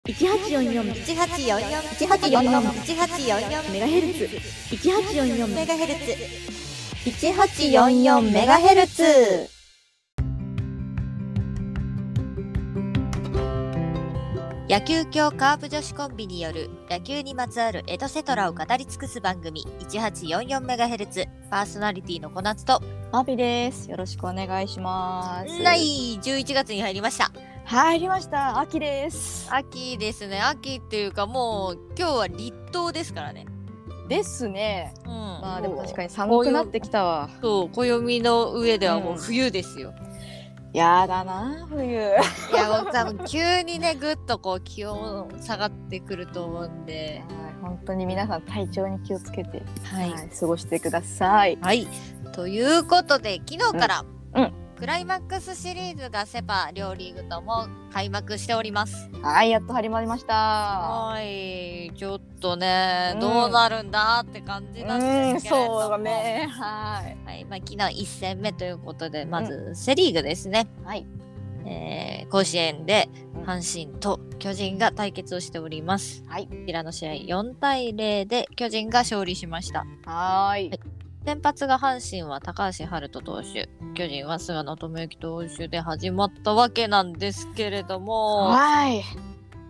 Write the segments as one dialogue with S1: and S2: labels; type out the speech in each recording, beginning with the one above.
S1: 一八四四一八四
S2: 一八四四
S1: 四
S2: 一八四四
S1: メガヘルツ一八四四
S2: メガヘルツ
S1: 一八四四メガヘルツ
S2: 野球協カープ女子コンビによる野球にまつわるエトセトラを語り尽くす番組1844メガヘルツパーソナリティの小夏と
S1: マビですよろしくお願いします
S2: ない11月に入りました
S1: 入りました秋です
S2: 秋ですね秋っていうかもう今日は立冬ですからね
S3: ですね。
S2: うん
S3: ま
S2: ま
S3: あでも確かに寒くなってきたわ。
S2: あそう暦の上ではもう冬ですよ、
S3: やだな冬。
S2: いやもう多分急にねぐっとこう気温下がってくると思うんで
S3: 本当に皆さん体調に気をつけて、
S2: は
S3: はい過ごしてください。
S2: はい。ということで、昨日から、
S3: うんうん
S2: クライマックスシリーズがセ・パ両リーグとも開幕しております。
S3: はいやっと始まりました。
S2: はい。ちょっとね、
S3: うん
S2: どうなるんだって感じ
S3: う
S2: なんで
S3: ん
S2: すけれども。
S3: そうねはい。
S2: はい。まあ、昨日1戦目ということで、まずセ・リーグですね。
S3: はい。
S2: えー甲子園で
S3: うん
S2: 阪神と巨人が対決をしております。
S3: はい。
S2: こちらの試合4対0で巨人が勝利しました。
S3: はーい。
S2: 先発が阪神は高橋遥人投手巨人は菅野智之投手で始まったわけなんですけれども
S3: はい。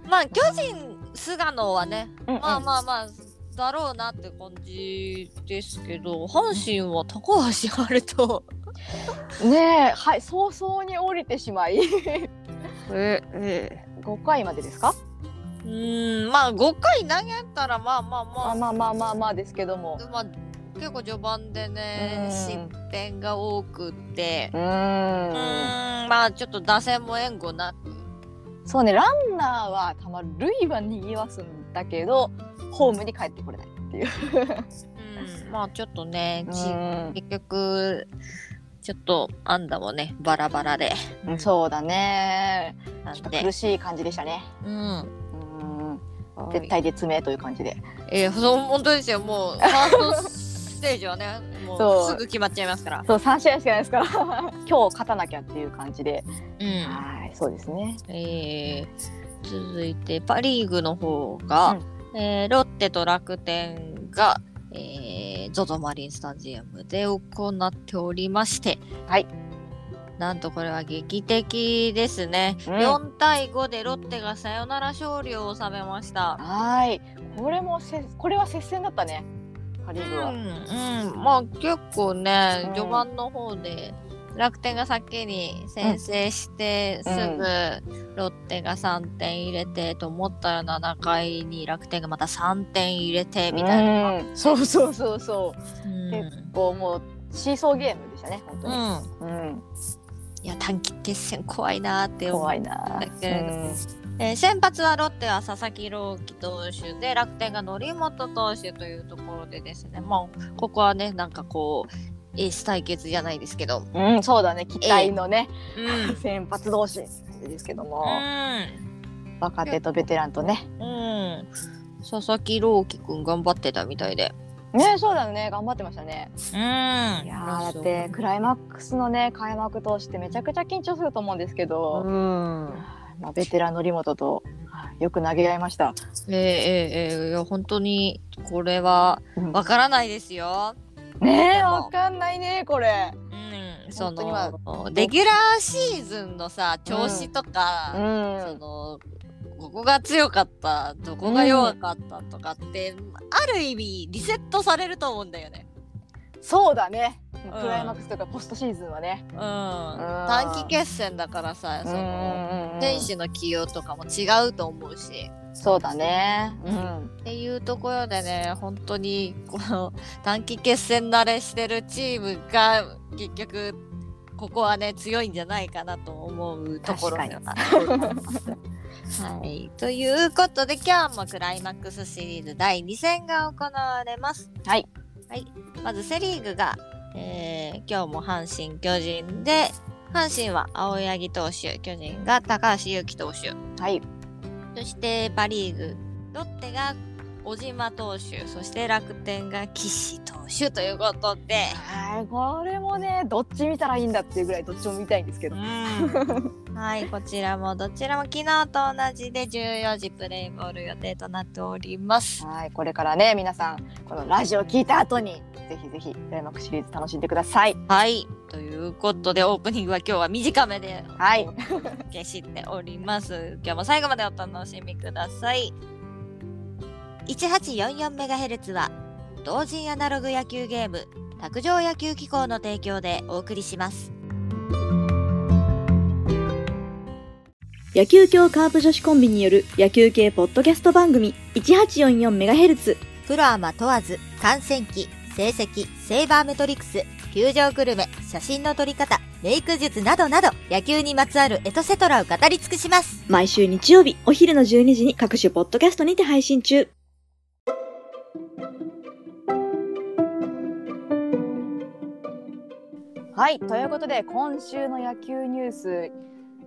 S2: まあ巨人菅野はねまあまあまあだろうなって感じですけど阪神は高橋遥人
S3: あ。ねえはい早々に降りてしまい
S2: ええ
S3: 5回までですか？
S2: うーんまあ5回投げたらまあまあま
S3: あ
S2: あ
S3: まあまあまあまあですけども。
S2: まあ結構序盤で
S3: う
S2: ね
S3: ん
S2: 失点が多くて
S3: う
S2: う
S3: ーん。
S2: ーんまあちょっと打線も援護なく
S3: そうねランナーはたまる塁は賑わすんだけどホームに帰ってこれないっていう。
S2: うんまあちょっとね、
S3: う
S2: ち
S3: ん
S2: 結局ちょっとアンダもねバラバラで
S3: そうだね。
S2: な
S3: ちょ
S2: ん
S3: っと苦
S2: で、
S3: しい感じでしたね。
S2: うん、
S3: うん。絶対絶命という感じで。
S2: えー、そう本当ですよもうファーストステージはねも
S3: そう
S2: うすぐ決まっちゃいますから、
S3: そう、三試合しかないですから。 今日勝たなきゃっていう感じで。
S2: うん
S3: はい、そうですね。
S2: えー続いてパ・リーグの方が、えーロッテと楽天が、えー、ZOZO マリンスタジアムで行っておりまして、
S3: はい、
S2: なんとこれは劇的ですね、
S3: うん
S2: 4対5でロッテがサヨナラ勝利を収めました。
S3: はい。これもせ、これは接戦だったね。パリ
S2: う
S3: ー
S2: ん、
S3: グは。
S2: うん、まあ結構ね
S3: うん
S2: 序盤の方で楽天が先に先制して、
S3: うん
S2: すぐロッテが3点入れてと思ったら7回に楽天がまた3点入れてみたいな。
S3: うんそうそうそうそう。
S2: うん
S3: 結構もう、シーソーゲームでしたね。本当
S2: う
S3: に。
S2: ん
S3: うん。
S2: いや短期決戦怖いなーって思う
S3: 怖いな。
S2: だけれどもえー先発はロッテは佐々木朗希投手で楽天が則本投手というところでですねもうここはねなんかこうエース対決じゃないですけど、
S3: うん、うん、そうだね。期待のね、
S2: う
S3: 先発同士。ですけども、
S2: ん
S3: 若手とベテランとね。
S2: うん、佐々木朗希くん頑張ってたみたいで。
S3: ね、そうだね。頑張ってましたね。
S2: う
S3: い
S2: ん、い
S3: やーだってクライマックスのね開幕通してめちゃくちゃ緊張すると思うんですけど、
S2: うん、
S3: まあ、ベテラン則本とよく投げ合いました。
S2: えー、えー、えーいや本当にこれは
S3: うん
S2: わからないですよ。
S3: ねえわかんないねこれ。
S2: うん、そ
S3: 本当にまあ
S2: のレギュラーシーズンのさ調子とか、そ
S3: ん
S2: のここが強かったどこが弱かったとかって、ある意味リセットされると思うんだよね。
S3: そうだね。
S2: ん
S3: クライマックスとかポストシーズンはね。
S2: うん、短期決戦だからさそ
S3: うんう
S2: の
S3: んうん
S2: 選手の起用とかも違うと思うし。
S3: そうだね。うん。
S2: っていうところでね本当にこの短期決戦慣れしてるチームが結局ここはね強いんじゃないかなと思うところでははい、ということで今日もクライマックスシリーズ第2戦が行われます。
S3: はい、
S2: はい、まずセ・リーグが、えー今日も阪神・巨人で阪神は青柳投手巨人が高橋優希投手
S3: はい。
S2: そしてパ・リーグロッテが小島投手そして楽天が岸投手ということで、
S3: はいこれもねどっち見たらいいんだっていうぐらいどっちも見たいんですけど
S2: はいこちらもどちらも昨日と同じで14時プレイボール予定となっております。
S3: はいこれからね皆さんこのラジオ聞いた後にぜひぜひクライマックスシリーズ楽しんでください
S2: はいということでオープニングは今日は短めで
S3: はい
S2: 消しております。今日も最後までお楽しみください。1844MHz は同人アナログ野球ゲーム卓上野球機構の提供でお送りします。
S1: 野球協カープ女子コンビによる野球系ポッドキャスト番組 1844MHz。
S2: プロアマ問わず、観戦記、成績、セイバーメトリクス、球場グルメ、写真の撮り方、メイク術などなど野球にまつわるエトセトラを語り尽くします。
S1: 毎週日曜日お昼の12時に各種ポッドキャストにて配信中。
S3: はい、ということで今週の野球ニュース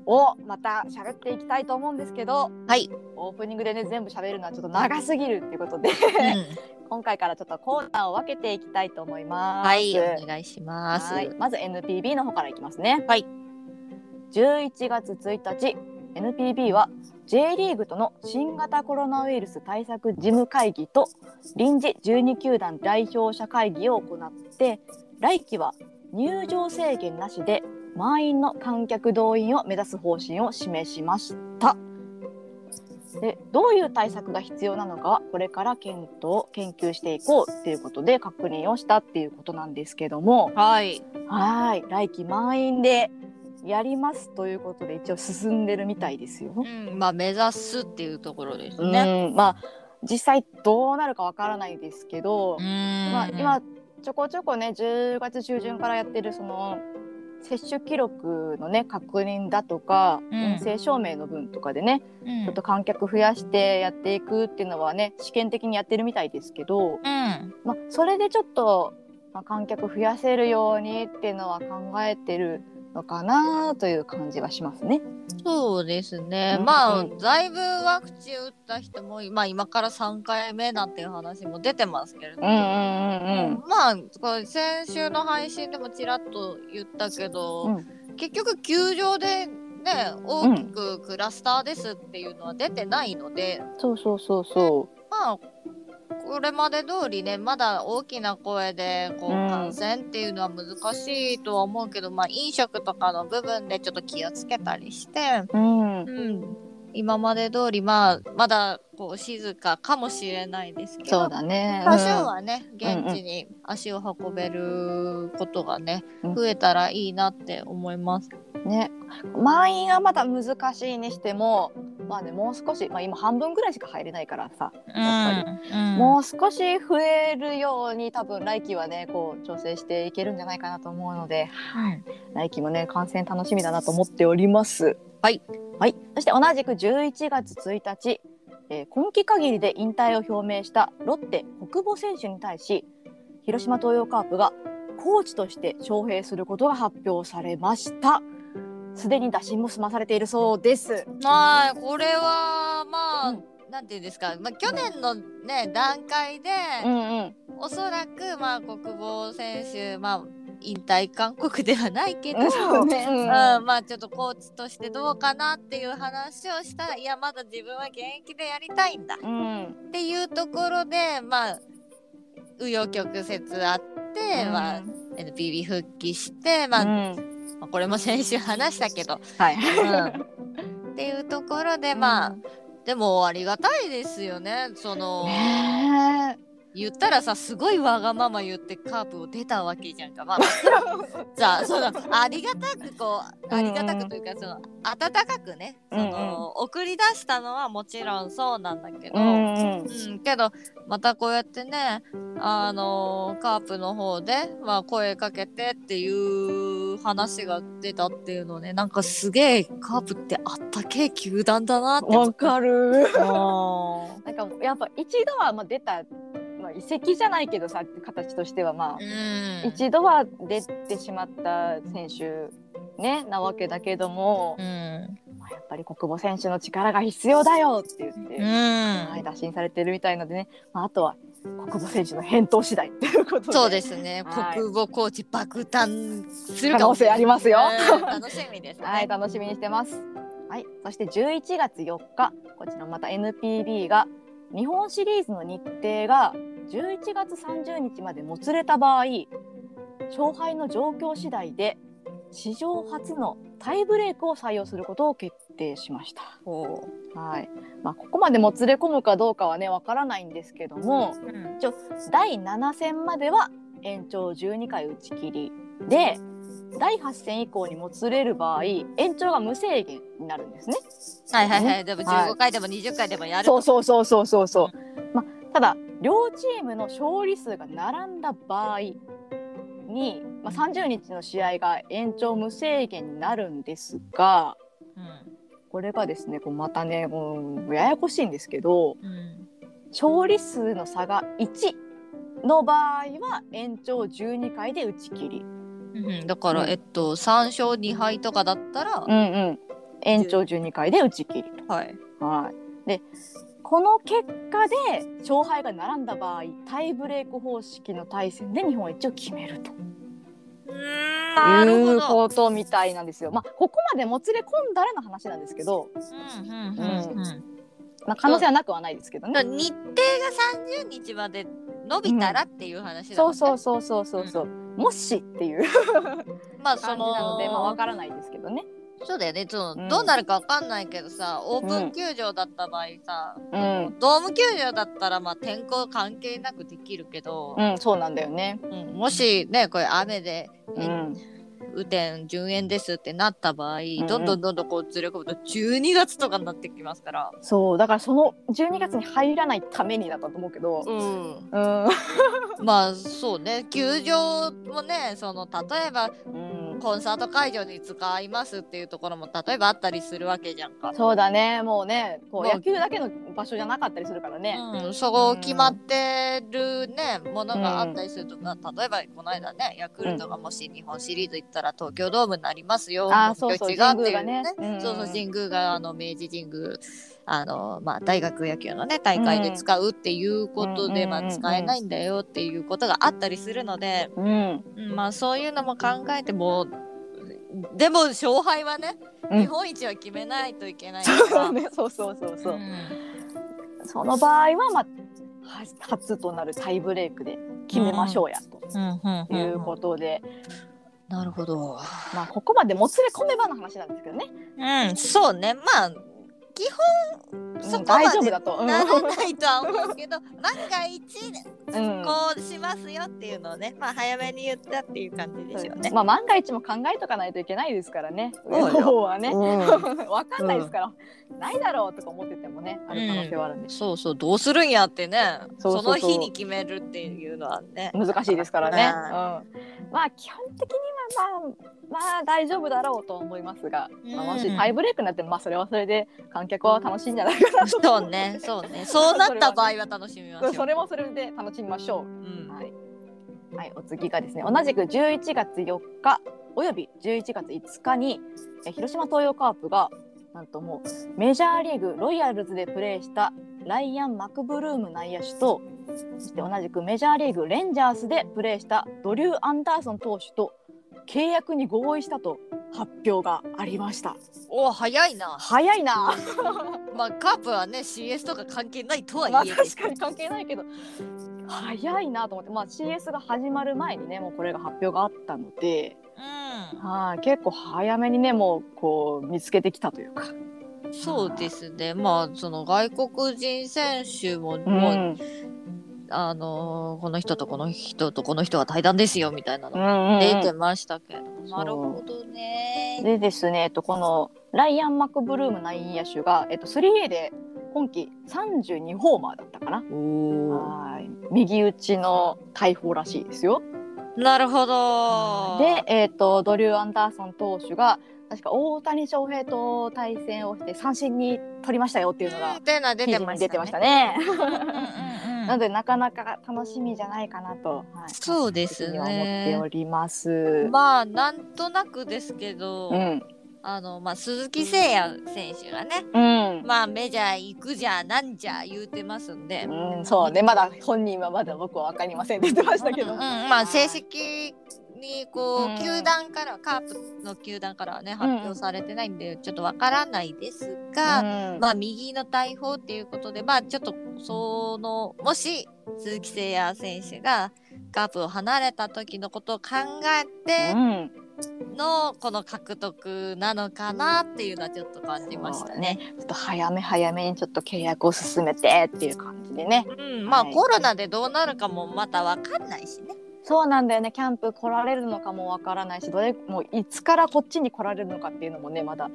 S3: をまた喋っていきたいと思うんですけど
S2: はい。
S3: オープニングでね全部喋るのはちょっと長すぎるっていうことで 今回からちょっとコーナーを分けていきたいと思います。
S2: はい、お願いします。
S3: はいまず NPB の方からいきますね。
S2: はい。
S3: 11月1日 NPB は J リーグとの新型コロナウイルス対策事務会議と臨時12球団代表者会議を行って来期は入場制限なしで満員の観客動員を目指す方針を示しました。でどういう対策が必要なのかはこれから検討研究していこうっていうことで確認をしたっていうことなんですけども、
S2: はい。
S3: はい、来期満員でやりますということで一応進んでるみたいですよ。
S2: うん、まあ目指すっていうところですね。
S3: うん、まあ実際どうなるかわからないですけど、ま
S2: ま
S3: あ今ちょこちょこね10月中旬からやってるその接種記録のね確認だとか、
S2: うん
S3: 陰性証明の分とかでね、
S2: うん
S3: ちょっと観客増やしてやっていくっていうのはね試験的にやってるみたいですけど、
S2: うん
S3: まあ、それでちょっと、まあ、観客増やせるようにっていうのは考えてるのかなという感じはしますね。
S2: そうですね、
S3: うん
S2: ま
S3: う
S2: あだいぶワクチン打った人も、まあ、今から3回目なんていう話も出てますけれど
S3: うんうんうん
S2: まあこれ先週の配信でもちらっと言ったけど、
S3: うん
S2: 結局球場でね大きくクラスターですっていうのは出てないので、
S3: そうそうそうそ
S2: まあこれまで通りねまだ大きな声でこう
S3: うん
S2: 感染っていうのは難しいとは思うけど、まあ飲食とかの部分でちょっと気をつけたりして、
S3: う。うん。
S2: うん、今まで通りまあまだこう静かかもしれないですけど
S3: そうだね。
S2: 多少はね
S3: うん
S2: 現地に足を運べることがね
S3: うん
S2: 増えたらいいなって思います。
S3: うんね。満員はまだ難しいにしても、まあねもう少し、まあ今半分ぐらいしか入れないからさ、やっぱもう少し増えるように多分来期はねこう調整していけるんじゃないかなと思うので、
S2: はい
S3: 来期もね観戦楽しみだなと思っております。
S2: はい、
S3: はい、そして同じく11月1日、えー今季限りで引退を表明したロッテ国保選手に対し広島東洋カープがコーチとして招聘することが発表されました。すでに打診も済まされているそうです。
S2: はいこれはまあ、
S3: うん
S2: なんていうんですか、まあ、去年のね段階で、
S3: うんうん。
S2: おそらくまあ国防選手まあ引退勧告ではないけど、
S3: そうね。う
S2: うんん、まあちょっとコーチとしてどうかなっていう話をしたらいやまだ自分は現役でやりたいんだ
S3: うん。
S2: っていうところでまあ紆余曲折あって、まあ、NPB 復帰して、まあ
S3: うん
S2: まあこれも先週話した けど、
S3: はい。
S2: っていうところでまあ、でもありがたいですよねその、
S3: ね
S2: 言ったらさすごいわがまま言ってカープを出たわけじゃんかまあ じゃあそのありがたくこうありがたくというかその温かくねその、
S3: うんうん
S2: 送り出したのはもちろんそうなんだけ
S3: え。う
S2: ど、うん
S3: んうん。
S2: けどまたこうやってねあのカープの方で、まあ、声かけてっていう話が出たっていうのねなんかすげえカープってあったけえ球団だなって思
S3: わ
S2: った
S3: かる。
S2: うん
S3: なんかやっぱ一度はまあ出た、まあ、遺跡じゃないけどさ形としてはまあ、一度は出てしまった選手ねなわけだけども
S2: う、ん
S3: まあやっぱり国母選手の力が必要だよって言って、は
S2: う
S3: い、
S2: ん。
S3: 打診されてるみたいのでね、まあ、あとは国母選手の返答次第っていうことで
S2: そうですね。
S3: はい
S2: 国語コーチ爆誕するかも
S3: 可能性ありますよ
S2: うん楽しみですね。
S3: はい、楽しみにしてます。はい、そして11月4日、こちらまた NPB が日本シリーズの日程が11月30日までもつれた場合、勝敗の状況次第で史上初のタイブレークを採用することを決定しました。
S2: ほ
S3: はい、まあここまでもつれ込むかどうかはねわからないんですけども、
S2: う。うん。
S3: 一応第7戦までは延長12回打ち切りで第8戦以降にもつれる場合延長が無制限になるんですね。
S2: はいはいは
S3: ね
S2: い。でも
S3: はい
S2: 15回でも20回でもやる。
S3: そうそうそうそうそうそう。まあただ両チームの勝利数が並んだ場合に、まあ、30日の試合が延長無制限になるんですが
S2: うん。
S3: これがですねこうまたねこうややこしいんですけど
S2: うん。
S3: 勝利数の差が1の場合は延長12回で打ち切り。
S2: うん。だか
S3: う
S2: ら
S3: ん
S2: えっと3勝2敗とかだったら
S3: うんうん、延長12回で打ち切り
S2: はい。
S3: と。はい、でこの結果で勝敗が並んだ場合タイブレーク方式の対戦で日本一を決めると
S2: うん。なる
S3: い
S2: ほ
S3: う
S2: ど。
S3: ことみたいなんですよ。まあここまでもつれ込んだらの話なんですけど、
S2: うんうんうんうん。
S3: まあ、可能性はなくはないですけど
S2: だから
S3: ね。
S2: 日程が30日まで伸びたらっていう話だ
S3: そ
S2: もん
S3: う
S2: ね、
S3: そうそうそうそうそう。もしっていう
S2: まあそ
S3: 感じなの
S2: の
S3: でまあわからないですけどね。
S2: そうだよねその、
S3: うん
S2: どうなるかわかんないけどさオープン球場だった場合さ、
S3: うん
S2: ドーム球場だったらまあ天候関係なくできるけど、
S3: うんそうなんだよね。
S2: うんもしねこれ雨で、
S3: う
S2: え
S3: ん
S2: 雨天順延ですってなった場合、
S3: ん
S2: どんどんどんどんこうずれ込むと12月とかになってきますから。
S3: そうだからその12月に入らないためにだったと思うけど。
S2: うん、
S3: うん。
S2: まあそうね球場もねその例えば
S3: うん
S2: コンサート会場に使いますっていうところも例えばあったりするわけじゃんか。
S3: そうだね、もうね、こう
S2: もう
S3: 野球だけの場所じゃなかったりするからね。
S2: うん、そこ決まってるね、ものがあったりするとか、例えばこの間ねヤクルトがもし日本シリーズ行ったら東京ドームになりますよ、
S3: あー
S2: 本拠地
S3: そうそう神宮がねうん
S2: そうそう神宮があの明治神宮あの、まあ、大学野球のね大会で使うっていうことで、
S3: うん
S2: ま
S3: うんうん
S2: あ、
S3: うん
S2: 使えないんだよっていうことがあったりするので、
S3: うん、
S2: うんまあそういうのも考えてもでも勝敗はね、
S3: うん
S2: 日本一は決めないといけない
S3: そう
S2: から
S3: だ。ね、 そうそうそうそうう。
S2: ん
S3: その場合は、まあ、は初となるタイブレイクで決めましょうや、
S2: うんうん
S3: と
S2: うん
S3: いうことで、
S2: なるほど。
S3: まあ、ここまでもつれ込めばの話なんですけどね。
S2: うん、そうね。まあ、基本、そ
S3: うん
S2: こま
S3: 大丈夫
S2: で
S3: だと。うん
S2: ならないとは思うけど、万が一、
S3: うん
S2: こうしますよっていうのをね、まあ、早めに言ったっていう感じですよね。
S3: まあ、万が一も考えとかないといけないですからね。
S2: そうよ
S3: 上の方はね。
S2: うん
S3: わかんないですから、ないだろうとか思っててもね、ある可能性はあるんで、
S2: そうそう、どうするんやってね、
S3: そうそうそう
S2: その日に決めるっていうのはね。
S3: 難しいですからね。
S2: は
S3: うん、まあ基本的にはまあまあ大丈夫だろうと思いますが、まあ
S2: うん
S3: もしタイブレイクになってもまあそれはそれで観客は楽しいんじゃないかなと
S2: そ
S3: 思
S2: う ね、そうね。そうなった場合は楽しみましょう。
S3: それもそれで楽しみましょう。
S2: うん。
S3: はい。はい、お次がですね、同じく11月4日および11月5日にえ広島東洋カープがなんともうメジャーリーグロイヤルズでプレーしたライアン・マクブルーム内野手とそして同じくメジャーリーグレンジャースでプレーしたドリュー・アンダーソン投手と契約に合意したと発表がありました
S2: お、早いな。
S3: 早いな
S2: まあ、カープはね、CS とか関係ないとは
S3: まあ
S2: 言え
S3: 確かに 関係ないけど早いなと思って、まあ、CS が始まる前にねもうこれが発表があったのではい結構早めにねもうこう見つけてきたというか。
S2: うん。そうですね。まあ、その外国人選手も、
S3: う
S2: もう、
S3: ん
S2: あのーこの人とこの人とこの人は対談ですよみたいな
S3: う
S2: の
S3: んうん
S2: 出てましたけど、なるほどね。
S3: でですね、えっと、このライアン・マクブルーム内野手が、えっと、3A で今季32ホーマーだったかな。
S2: お
S3: はい右打ちの大砲らしいですよ。
S2: ーなるほど。
S3: で、、えっと、ドリュー・アンダーソン投手が確か大谷翔平と対戦をして三振に取りましたよっていうのが
S2: っていうのは出
S3: 記
S2: て
S3: 事
S2: ま
S3: に
S2: し
S3: 出
S2: た
S3: て
S2: ね。
S3: ましたね。
S2: うんうんうん
S3: なのでなかなか楽しみじゃないかなと、はい、
S2: そうです
S3: 私的には思って
S2: ね
S3: お。ります。
S2: まあなんとなくですけど、
S3: うん、
S2: あの、まあ、鈴木誠也選手がね、
S3: うん。
S2: まあ、メジャー行くじゃなんじゃ言うてますんで、
S3: うん、そうね、まだ本人はまだ僕は分かりませんって言ってましたけど。
S2: うん、まあ成績にこう、
S3: うん
S2: 球団からはカープの球団からはね
S3: ん
S2: 発表されてないんで、ちょっとわからないですが、
S3: うん
S2: まあ右の大砲っていうことでまあちょっとそのもし鈴木誠也選手がカープを離れた時のことを考え
S3: うん
S2: てのこの獲得なのかなっていうのはちょっと感じましたね。
S3: ちょっと早め早めにちょっと契約を進めてっていう感じでね。
S2: うん、まあ、
S3: はい
S2: コロナでどうなるかもまたわかんないしね。
S3: そうなんだよね。キャンプ来られるのかもわからないし、どれもういつからこっちに来られるのかっていうのもね、まだ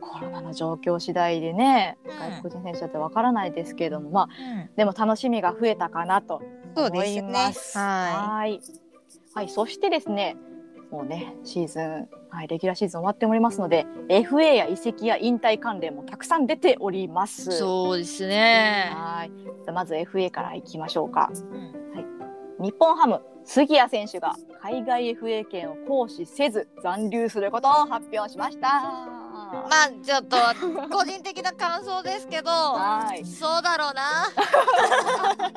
S3: コロナの状況次第でね、
S2: うん
S3: 外国人選手だってわからないですけれども、まあでも楽しみが増えたかなと
S2: そう
S3: 思
S2: で
S3: い
S2: すね。
S3: ます。
S2: は
S3: はい。はい、そしてですね、もうね、シーズン、はい、レギュラーシーズン終わっておりますので、FA や移籍や引退関連もたくさん出ております。
S2: い。そうですね。
S3: はい。じゃあまず FA からいきましょうか。
S2: うん
S3: 日本ハム杉谷選手が海外 FA 権を行使せず残留することを発表しました。
S2: まあちょっと個人的な感想ですけど、
S3: はい。
S2: そうだろうな。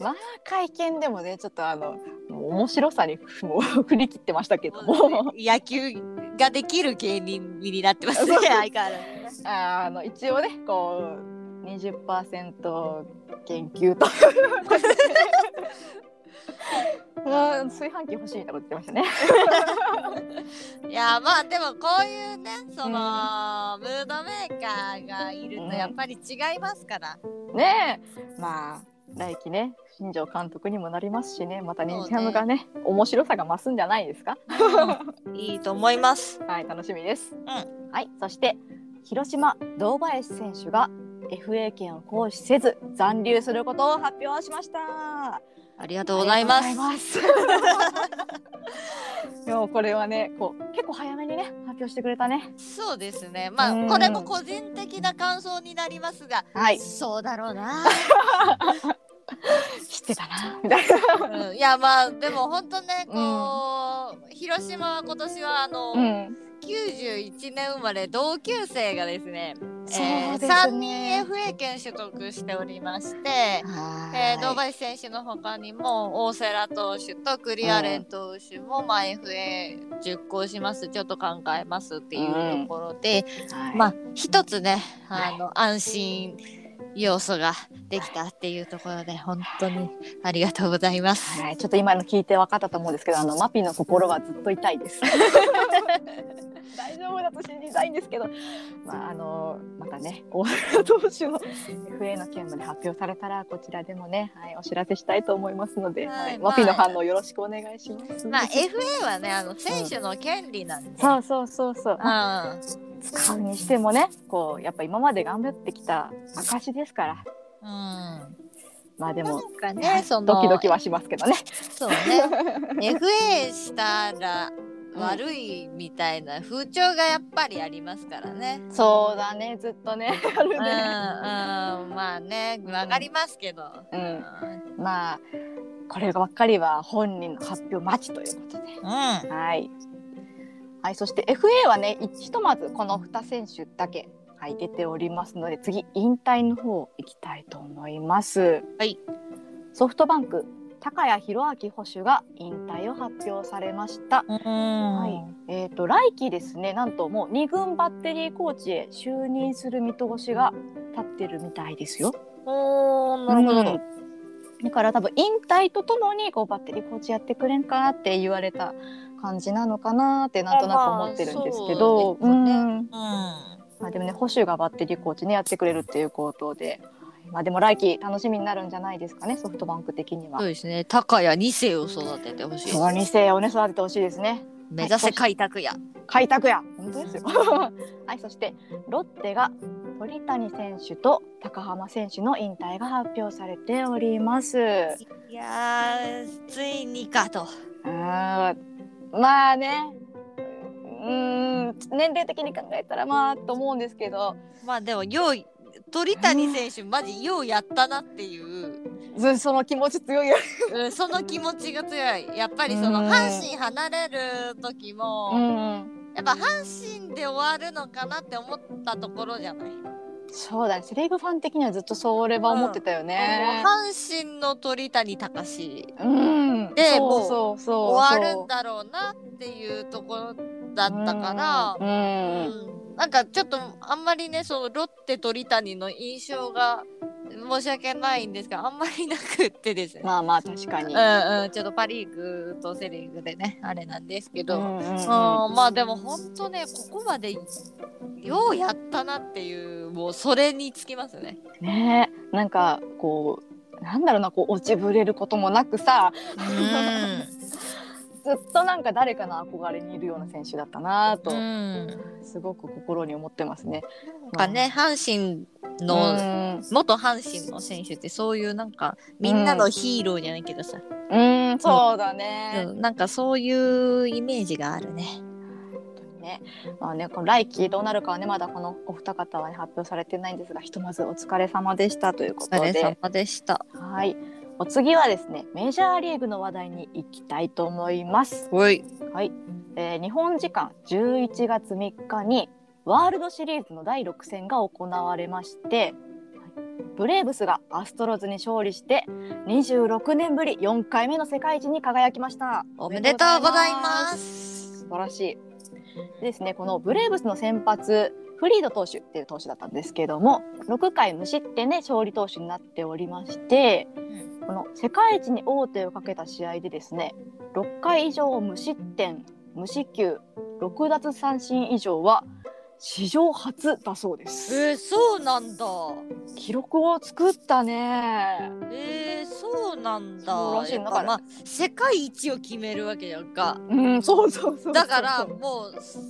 S3: まあ会見でもねちょっとあのもう面白さに もう振り切ってましたけども。
S2: 野球ができる芸人になってますね。相変わらず。
S3: あの一応ねこう20%研究とあー炊飯器欲しいとか言ってましたね。
S2: いやまあでもこういうねその、ムードメーカーがいる
S3: うん
S2: とやっぱり違いますから。
S3: ねえまあ来季ね新庄監督にもなりますしねまた日ハムがね面白さが増すんじゃないですか
S2: いいと思います。
S3: はい楽しみです、はいそして広島堂林選手が FA 権を行使せず残留することを発表しました
S2: ありがとうございます。
S3: ありがとうございます でもこれはねこう結構早めにね発表してくれたね
S2: そうですね。まあ、
S3: うん
S2: これも個人的な感想になりますが、
S3: はい
S2: そうだろうな。
S3: 知ってたなみたいな
S2: うんいやまあでも本当ね
S3: うん
S2: こう、広島は今年はあの、
S3: うん
S2: 91年生まれ同級生がですね
S3: そうですね
S2: 3人 FA 権取得しておりまして。えー、ド
S3: は
S2: バイ選手の他にも大瀬良投手とクリアレン投手も、まあ、FA10 行しますちょっと考えますっていうところで、
S3: いはい
S2: まあ一つね
S3: はい
S2: あの、安心要素ができたっていうところで本当にありがとうございます。
S3: はい、ちょっと今の聞いて分かったと思うんですけど、あのマピの心はずっと痛い です。大丈夫だと信じたいんですけど、まああのまたね、大阪投手の FA の件まで発表されたらこちらでもね、はいお知らせしたいと思いますので、
S2: はい
S3: はい
S2: まあ
S3: マピの反応よろしくお願いします。
S2: まあ FA はねあの選手の権利なんで、
S3: そうそうそうそう。
S2: うん
S3: 使うにしてもね、こうやっぱ今まで頑張ってきた証ですから、
S2: うん、
S3: まあで
S2: な
S3: も。
S2: んかねその
S3: ドキドキはしますけどね。
S2: そうね FA したら悪いみたいな風潮がやっぱりありますからね。
S3: そうだね、ずっと ね、ある
S2: うんうん、まあねわかりますけど、
S3: う
S2: うん
S3: ん、まあこればっかりは本人の発表待ちということで。はい。はい、そして FA はね、いひとまずこの2選手だけ、はい、出ておりますので、次、引退の方行きたいと思います。
S2: はい。
S3: ソフトバンク、高谷博明捕手が引退を発表されました。は、
S2: はい
S3: えっ、と来期ですね、なんともう2軍バッテリーコーチへ就任する見通しが立ってるみたいですよ。
S2: おーなるほど。
S3: うんだから多分引退とともにこうバッテリーコーチやってくれんかなって言われた感じなのかなってなんとなく思ってるんですけど、
S2: まあまあそうですね
S3: うんまあ、でもね保守がバッテリーコーチねやってくれるっていうことで、はいまあ、でも来季楽しみになるんじゃないですかねソフトバンク的には。そ
S2: そ
S3: う
S2: ですね高谷2世を育ててほしい
S3: の2世をね育ててほしいですね。
S2: 目指せ開拓や
S3: 開拓や本当ですよ はいそしてロッテが鳥谷選手と高浜選手の引退が発表されております。
S2: いやーついにかと
S3: うーんまあねうーん年齢的に考えたらまあと思うんですけど
S2: まあでもよう鳥谷選手マジようやったなっていう、
S3: ずその気持ち強いよ、
S2: うん、その気持ちが強いやっぱりそ
S3: う
S2: の
S3: ん
S2: 阪神離れる時
S3: う
S2: も、
S3: ん、
S2: やっぱ阪神で終わるのかなって思ったところじゃない、
S3: そうだねセレブファン的にはずっとそれは思ってたよね。
S2: 阪神の鳥谷隆
S3: うん、
S2: で
S3: そう
S2: もう
S3: そうそう
S2: 終わるんだろうなっていうところだったから、
S3: らうん
S2: うんなんかちょっとあんまりねそのロッテ鳥谷の印象が申し訳ないんですがあんまりなくってですね、
S3: まあまあ確かに。
S2: うんうん、ちょっとパ・リーグとセ・リーグでねあれなんですけど、
S3: うんうんうん
S2: あーまあでも本当ねここまでようやったなっていうもうそれにつきますね。
S3: ねえなんかこうなんだろうなこう落ちぶれることもなくさずっとなんか誰かの憧れにいるような選手だったな
S2: う
S3: と
S2: ん
S3: すごく心に思ってますね。
S2: なんかね阪神の、
S3: うん
S2: 元阪神の選手ってそういうなんかみんなのヒーローじゃないけどさ、
S3: うんそうだね。
S2: うんなんかそういうイメージがあるね。
S3: ねまあねこの来季どうなるかはねまだこのお二方はね発表されてないんですがひとまずお疲れ様でしたというこ
S2: お
S3: と
S2: 疲れ
S3: で。
S2: 様でした。
S3: はい。お次はですねメジャーリーグの話題に行きたいと思います。
S2: はい。
S3: はい、えー日本時間11月3日にワールドシリーズの第6戦が行われましてはいブレーブスがアストロズに勝利して26年ぶり4回目の世界一に輝きました
S2: おめでとうございます。
S3: 素晴らしいでですねこのブレーブスの先発フリード投手っていう投手だったんですけども6回無失点で勝利投手になっておりまして、この世界一に王手をかけた試合でですね6回以上を無失点無四球6奪三振以上は史上初だそうです、
S2: えー、そうなんだ。
S3: 記録を作ったね
S2: えー、そうなんだ。
S3: そうらしい
S2: やっぱまあ世界一を決めるわけじゃんか。
S3: うんそうそうそう
S2: だからも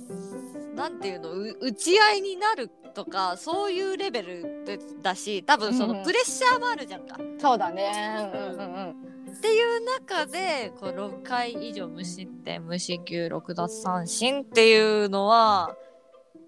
S2: うなんていうのう打ち合いになるとかそういうレベルでだし多分そ
S3: うんう
S2: の
S3: ん
S2: プレッシャーもあるじゃんか。
S3: そうだねうんうんうん
S2: っていう中でこう6回以上無失点無四球6奪三振っていうのは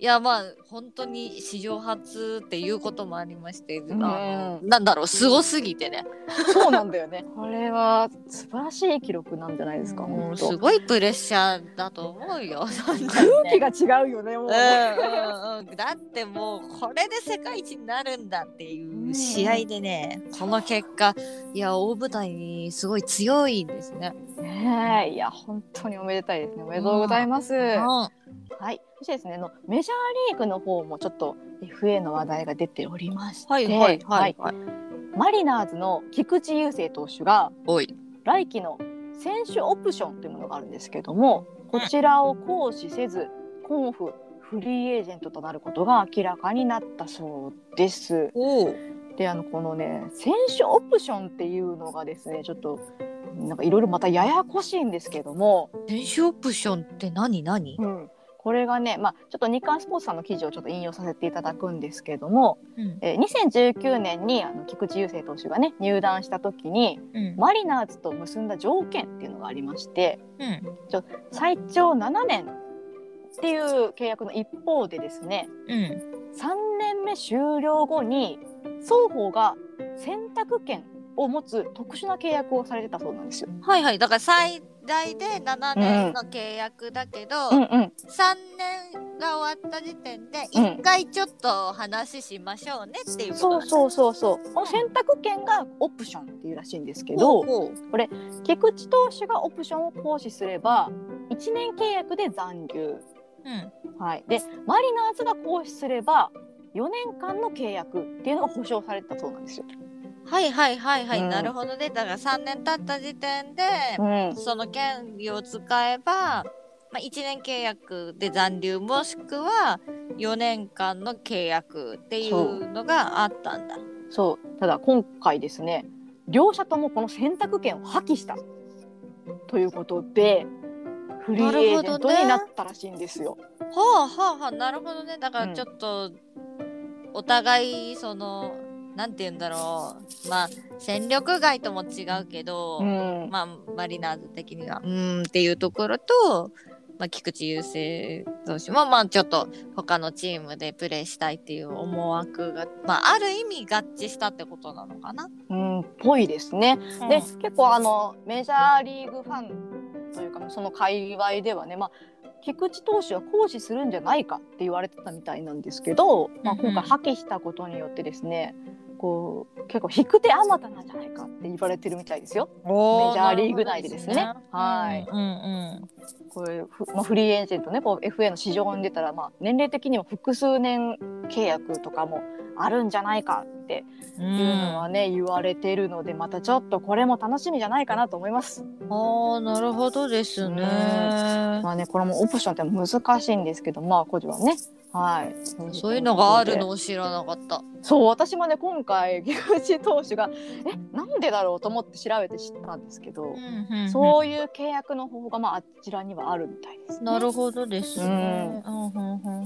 S2: いやまあ本当に史上初っていうこともありまして、
S3: ん
S2: あのなんだろうすごすぎてね
S3: そうなんだよね。 これは素晴らしい記録なんじゃないですか。
S2: も
S3: 本
S2: う
S3: 当
S2: すごいプレッシャーだと思う よ。
S3: 空気が違うよね。もう
S2: うんうんうんだってもうこれで世界一になるんだっていう試合でね、この結果いや大舞台にすごい強いんですね。
S3: ねえいや本当におめでたいですね。おめでとうございます。は
S2: うん
S3: い。そしてですね、あのメジャーリーグの方もちょっと FA の話題が出ておりまして、
S2: はいはいはいはい。
S3: マリナーズの菊池雄星投手が
S2: おい。
S3: 来季の選手オプションというものがあるんですけども、こちらを行使せず、今オフフリーエージェントとなることが明らかになったそうです。
S2: おお。
S3: であのこのね選手オプションっていうのがですねちょっとなんかいろいろまたややこしいんですけども、
S2: 選手オプションって何何？
S3: これがね、まあ、ちょっと日刊スポーツさんの記事をちょっと引用させていただくんですけども、
S2: うん
S3: えー2019年にあの菊池雄星投手がね入団した時に
S2: うん
S3: マリナーズと結んだ条件っていうのがありまして
S2: うん
S3: 最長7年っていう契約の一方でですね
S2: うん。
S3: 3年目終了後に双方が選択権を持つ特殊な契約をされてたそうなんですよ。
S2: はいはい。だから最大で7年の契約だけど、
S3: うんうん、
S2: 3年が終わった時点で
S3: うん
S2: 1回ちょっと話しましょうねっていうこと
S3: そう
S2: う
S3: そうそうそうこの選択権がオプションっていうらしいんですけ
S2: け
S3: ど菊池投手がオプションを行使すれば1年契約で残留、
S2: うん。
S3: はい、でマリナーズが行使すれば4年間の契約っていうのが保証されてたそうなんですよ。
S2: はいはいはいはい、
S3: うん
S2: なるほどねだから3年経った時点で、
S3: うん
S2: その権利を使えば、まあ、1年契約で残留もしくは4年間の契約っていうのがあったんだ
S3: そうただ今回ですね両者ともこの選択権を破棄したということでフリーエージェントになったらしいんですよ。
S2: はあはあはあなるほどねだか
S3: う
S2: ら
S3: ん
S2: ちょっとお互いそのなんて言うんだろうまあ戦力外とも違うけど、
S3: うん
S2: まあマリナーズ的にはうーんっていうところと、まあ、菊池雄星投手もまあちょっと他のチームでプレーしたいっていう思惑が、まあ、ある意味合致したってことなのかな。
S3: うんぽいですね。で
S2: で
S3: 結構あのメジャーリーグファンというかその界隈ではね、まあ、菊池投手は行使するんじゃないかって言われてたみたいなんですけど、まあ、
S2: うんうん
S3: 今回破棄したことによってですねこう結構引く手あまたなんじゃないかって言われてるみたいですよ。
S2: メ
S3: メジャーリーグ内でですねはい。
S2: うんうん
S3: これふまあ、フリーエージェントねこう FA の市場に出たら、まあ、年齢的にも複数年契約とかもあるんじゃないかって
S2: う
S3: い
S2: ん。
S3: うのはね、言われてるのでまたちょっとこれも楽しみじゃないかなと思います。
S2: ああ、なるほどですね。
S3: まあね、これもオプションって難しいんですけど、まあ、個人はね。はい。
S2: そういうのがあるの。を知らなかった。
S3: そう、私もね、今回、 菊池投手が、え、なんでだろうと思って調べて知ったんですけど。そういう契約の方法が、まあ、あちらにはあるみたいです、
S2: なるほどですね。うんうんうんうん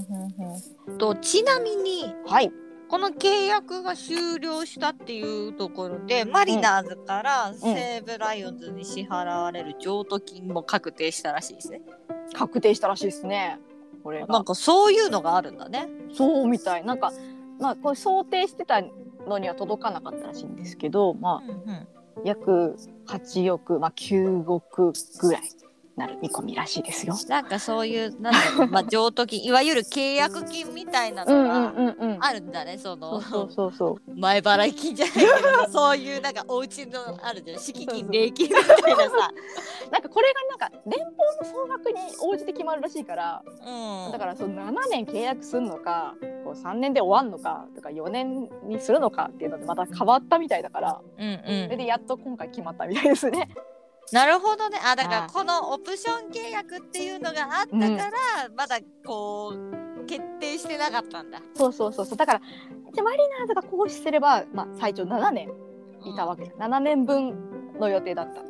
S2: うんとちなみに
S3: はい。
S2: この契約が終了したっていうところでマリナーズから西武ライオンズに支払われる譲渡金も確定したらしいですね。
S3: 確定したらしいですね。これ
S2: な
S3: が
S2: ん。かそういうのがあるんだね。
S3: そうみたい、なんか、まあ、これ想定してた。のには届かなかったらしいんですけど、ま
S2: うんうん
S3: あ、約8億、まあ、9億ぐらいになる見込みらしいですよ。
S2: なんかそういうなんだ ろうまあ譲渡金いわゆる契約金みたいなのが
S3: んうん。
S2: あるんだねその
S3: そうそう そう
S2: 前払い金じゃないけどそういうなんかお家のあるじゃん敷
S3: そうそ
S2: 金
S3: う
S2: 礼金みたいなさ。
S3: なんかこれがなんか年俸の総額に応じて決まるらしいから、
S2: うん、
S3: だからその7年契約するのかこう3年で終わるのかとか4年にするのかっていうのでまた変わったみたいだから、
S2: うんうん
S3: それでやっと今回決まったみたいですね。
S2: なるほどねあだから
S3: あー
S2: このオプション契約っていうのがあったから、まだこう決定してなかったんだ。
S3: そうそうそうそうだからじゃあマリナーズが行使すれば、まあ、最長7年いたわ
S2: け。
S3: けじゃん7年分の予定だった
S2: うん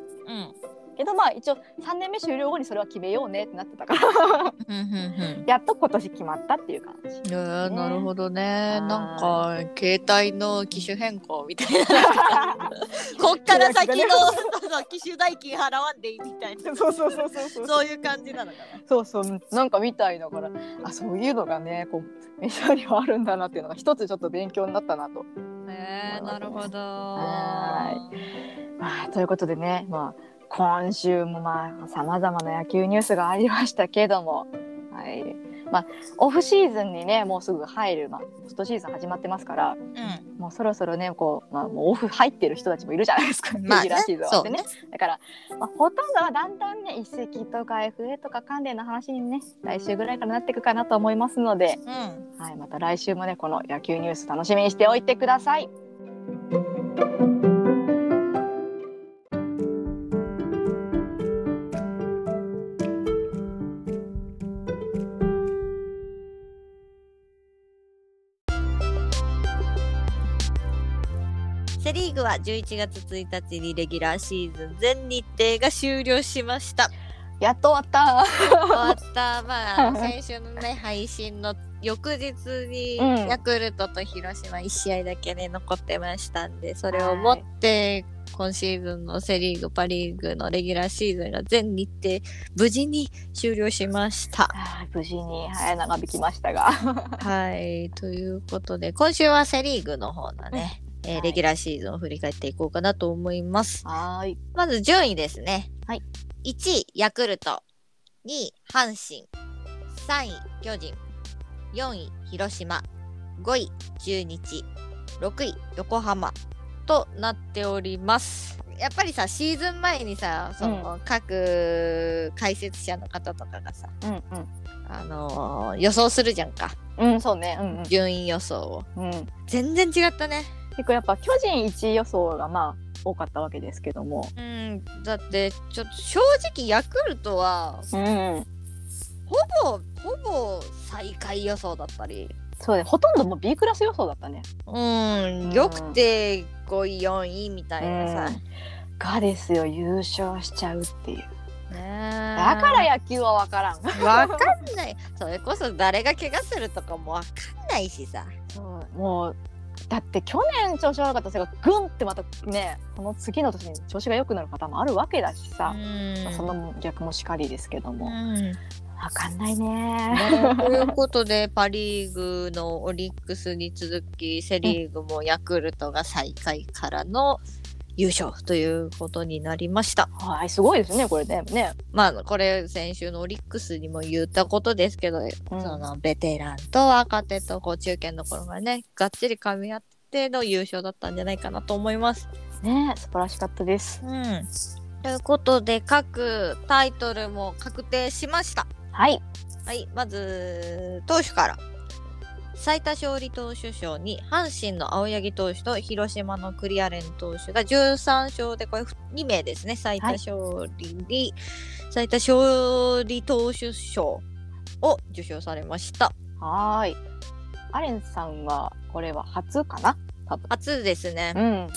S3: けどまあ一応3年目終了後にそれは決めようねってなってたから
S2: うんうん
S3: やっと今年決まったっていう感じ。
S2: うん、えーなるほどね
S3: い
S2: なんか携帯の機種変更みたいな こっから先のそうそう機種代金払わんでいいみたいな
S3: そうそうそうそうそう
S2: そういう感じなのかな。
S3: そうそうなんかみたいだからあそういうのがねこうメジャーにはあるんだなっていうのが一つちょっと勉強になったなと。
S2: えー、なるほど。
S3: はまあ、ということでね、まあ、今週もまあさまざまな野球ニュースがありましたけども、はいまあ、オフシーズンにねもうすぐ入る、まあ、ポストシーズン始まってますから
S2: うん、
S3: もうそろそろねこう、まあ、もうオフ入ってる人たちもいるじゃないですか、
S2: まあ
S3: レギュ
S2: ね
S3: ラーシーズン終わ
S2: そ
S3: っ
S2: う
S3: て
S2: ね
S3: ね。。だから、まあ、ほとんどはだんだんね一石とか FA とか関連の話にね来週ぐらいからなっていくかなと思いますので、
S2: うん。
S3: はい、また来週もねこの野球ニュース楽しみにしておいてください。
S2: セ・リーグは11月1日にレギュラーシーズン全日程が終了しました。
S3: やっと終わった。
S2: 終わった、ま あ、先週のね、配信の翌日に
S3: うん
S2: ヤクルトと広島1試合だけね、残ってましたんで、それを持って、今シーズンのセ・リーグ、パ・リーグのレギュラーシーズンが全日程、無事に終了しました。
S3: あー無事に早長引きましたが。
S2: はい、ということで、今週はセ・リーグの方のね、えー
S3: はい
S2: レギュラーシーズンを振り返っていこうかなと思います。
S3: はい。
S2: まず順位ですね。
S3: はい。
S2: 1位、ヤクルト。2位、阪神。3位、巨人。4位、広島。5位、中日。6位、横浜。となっております。やっぱりさ、シーズン前にさ、その、各解説者の方とかがさ、
S3: うん
S2: あのー予想するじゃんか。
S3: うん。うんそうね。うん
S2: 順位予想を。
S3: うん。うん。
S2: 全然違ったね。
S3: 結構やっぱ巨人1位予想がまあ多かったわけですけども。
S2: うん。だって、ちょっと正直ヤクルトは、
S3: うん。
S2: ほぼほぼ最下位予想だったり
S3: そうね。ほとんどもう B クラス予想だったね。
S2: うんよくて5位4位みたいなさ、ね
S3: がですよ優勝しちゃうっていう。
S2: え
S3: だから野球はわからん。
S2: 分かんないそれこそ誰が怪我するとかも分かんないしさ
S3: そうもうだって去年調子悪かった人がぐんってまたねこの次の年に調子が良くなる方もあるわけだしさ、まあその逆もしかりですけど
S2: う
S3: も、
S2: ん
S3: わかんないね。
S2: ねということでパ・リーグのオリックスに続きセ・リーグもヤクルトが最下位からの優勝ということになりました。
S3: はい、すごいですね、これね。ね。
S2: まあこれ先週のオリックスにも言ったことですけど、
S3: うん
S2: そのベテランと若手とこう中堅の頃がねがっちり噛み合っての優勝だったんじゃないかなと思います。
S3: ね、素晴らしかったです。
S2: うん、ということで各タイトルも確定しました。
S3: はい。
S2: はい、まず投手から最多勝利投手賞に阪神の青柳投手と広島のクリアレン投手が13勝でこれ2名ですね最多勝利に、最多勝利投手賞を受賞されました
S3: はーい。アレンさんは、これは初かな多分。
S2: 初ですね、
S3: うん。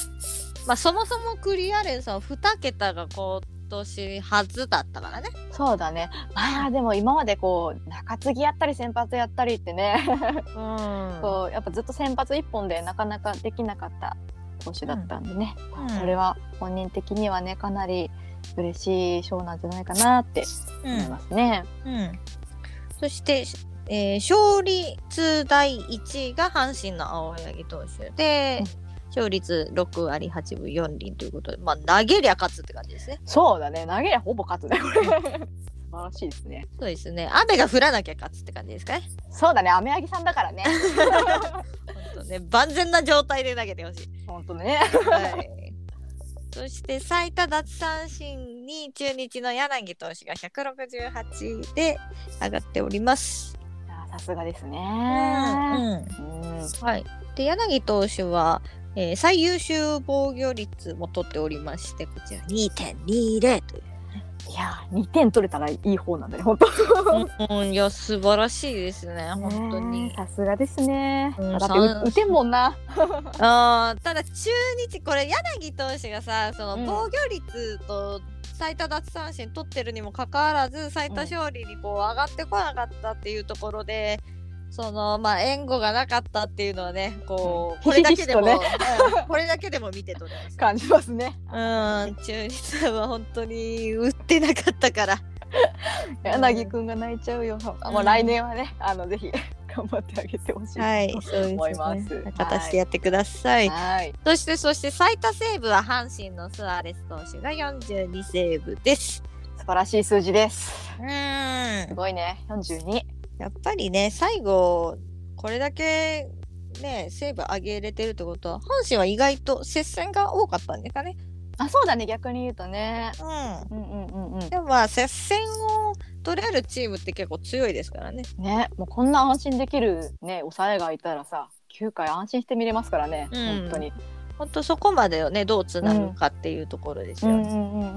S2: まあ、そもそもクリアレンさんは2桁が今年初だったからね
S3: そうだね。まあ、でも今までこう、中継ぎやったり先発やったりってね、
S2: うん
S3: こう、やっぱずっと先発一本でなかなかできなかった投手だったんでね。
S2: うん
S3: それは本人的にはね、かなり嬉しい賞なんじゃないかなって
S2: う
S3: 思い
S2: ん
S3: ますね。
S2: うん、そして、えー勝率第1位が阪神の青柳投手で、
S3: うん
S2: 勝率6割8分4厘ということで、まあ、投げりゃ勝つって感じですね。
S3: そうだね。投げりゃほぼ勝つね、これ。素晴らしいですね。
S2: そうですね雨が降らなきゃ勝つって感じですかね。
S3: そうだね。雨上げさんだから ね。
S2: 本当ね万全な状態で投げてほしい。
S3: 本当ね。
S2: はいそして最多奪三振に中日の柳投手が168で上がっております。
S3: いやさすがです
S2: う
S3: ね。
S2: んうん
S3: うん。
S2: はい、で柳投手は、えー最優秀防御率も取っておりましてこちら2.20という。
S3: いやー、2点取れたらいい方なんだね、本 当。
S2: うん、いや素晴らしいですね本当に。
S3: さすがですね。
S2: う
S3: だ
S2: ん
S3: って
S2: さん
S3: う打てんもんな。
S2: あーただ中日これ柳投手がさそ
S3: うん
S2: の防御率と最多奪三振取ってるにもかかわらず最多勝利にこう上がってこなかったっていうところで。そのまあ援護がなかったっていうのはねこ
S3: うん
S2: うこれだけでも、
S3: ひしひ
S2: うんこれだけでも見て取れます
S3: 感じますね。
S2: うん、中日は本当に打ってなかったから。
S3: 柳くんが泣いちゃうよ。あもう来年はね、あのぜひ 頑張ってあげてほしい。
S2: はい、そうですね。
S3: 思います
S2: 勝たしてやってください。
S3: はい。
S2: そして、そして最多セーブは阪神のスアレス投手が42セーブです。
S3: 素晴らしい数字です。
S2: うん、
S3: す
S2: や
S3: ごいね。42。
S2: っぱりね、最後、これだけ。ね、セーブ上げれてるってことは阪神は意外と接戦が多かったんですかね。
S3: あ、そうだね。逆に言うとね。
S2: う
S3: うんうんうんうん
S2: ん、。でもまあ接戦を取れるチームって結構強いですからね。
S3: ね、もうこんな安心できるね、抑えがいたらさ、9回安心して見れますからね。
S2: うん
S3: 本当に。
S2: 本当そこまでをねどうつなぐかっていうところですよね。
S3: んうんうん。
S2: うん、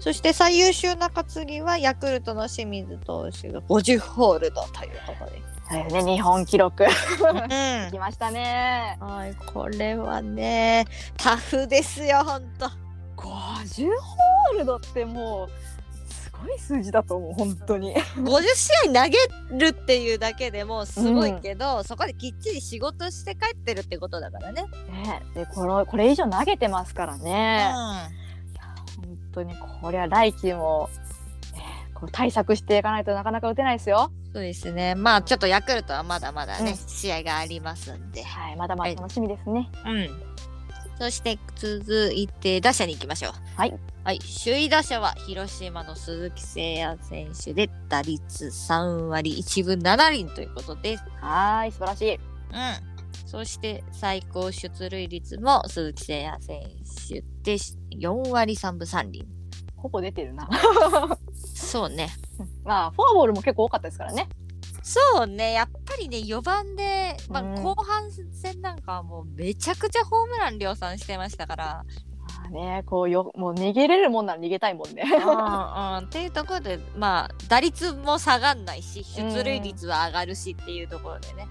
S2: そして最優秀中継ぎはヤクルトの清水投手が50ホールドということで。
S3: そうですね。日本記録。
S2: う
S3: 来ましたね。
S2: ん、はい、これはねタフですよ本当。
S3: 50ホールドってもうすごい数字だと思う本当に。
S2: 50試合投げるっていうだけでもうすごいけど、そこできっちり仕事して帰ってるってことだからね。
S3: ね、でこのこれ以上投げてますからね。本当にこりゃ来季も、ね、こう対策していかないとなかなか打てないですよ。
S2: そうですねまあちょっとヤクルトはまだまだね、
S3: うん
S2: 試合がありますんで。
S3: はい、まだまだ楽しみですね。
S2: うん。そして続いて打者に行きましょう。
S3: はい。
S2: はい、首位打者は広島の鈴木誠也選手で打率3割1分7厘ということです。
S3: はーい素晴らしい。
S2: うん。そして最高出塁率も鈴木誠也選手で4割3分3厘。
S3: ほぼ出てる な。
S2: そうね。
S3: まあフォアボールも結構多かったですからね。
S2: そうね。やっぱりね、4番で、まあ、
S3: うん
S2: 後半戦なんかはもうめちゃくちゃホームラン量産してましたから。
S3: まあねこうよもう逃げれるもんなら逃げたいもんね。
S2: うんうん、っていうところで、まあ、打率も下がんないし出塁率は上がるしっていうところでね、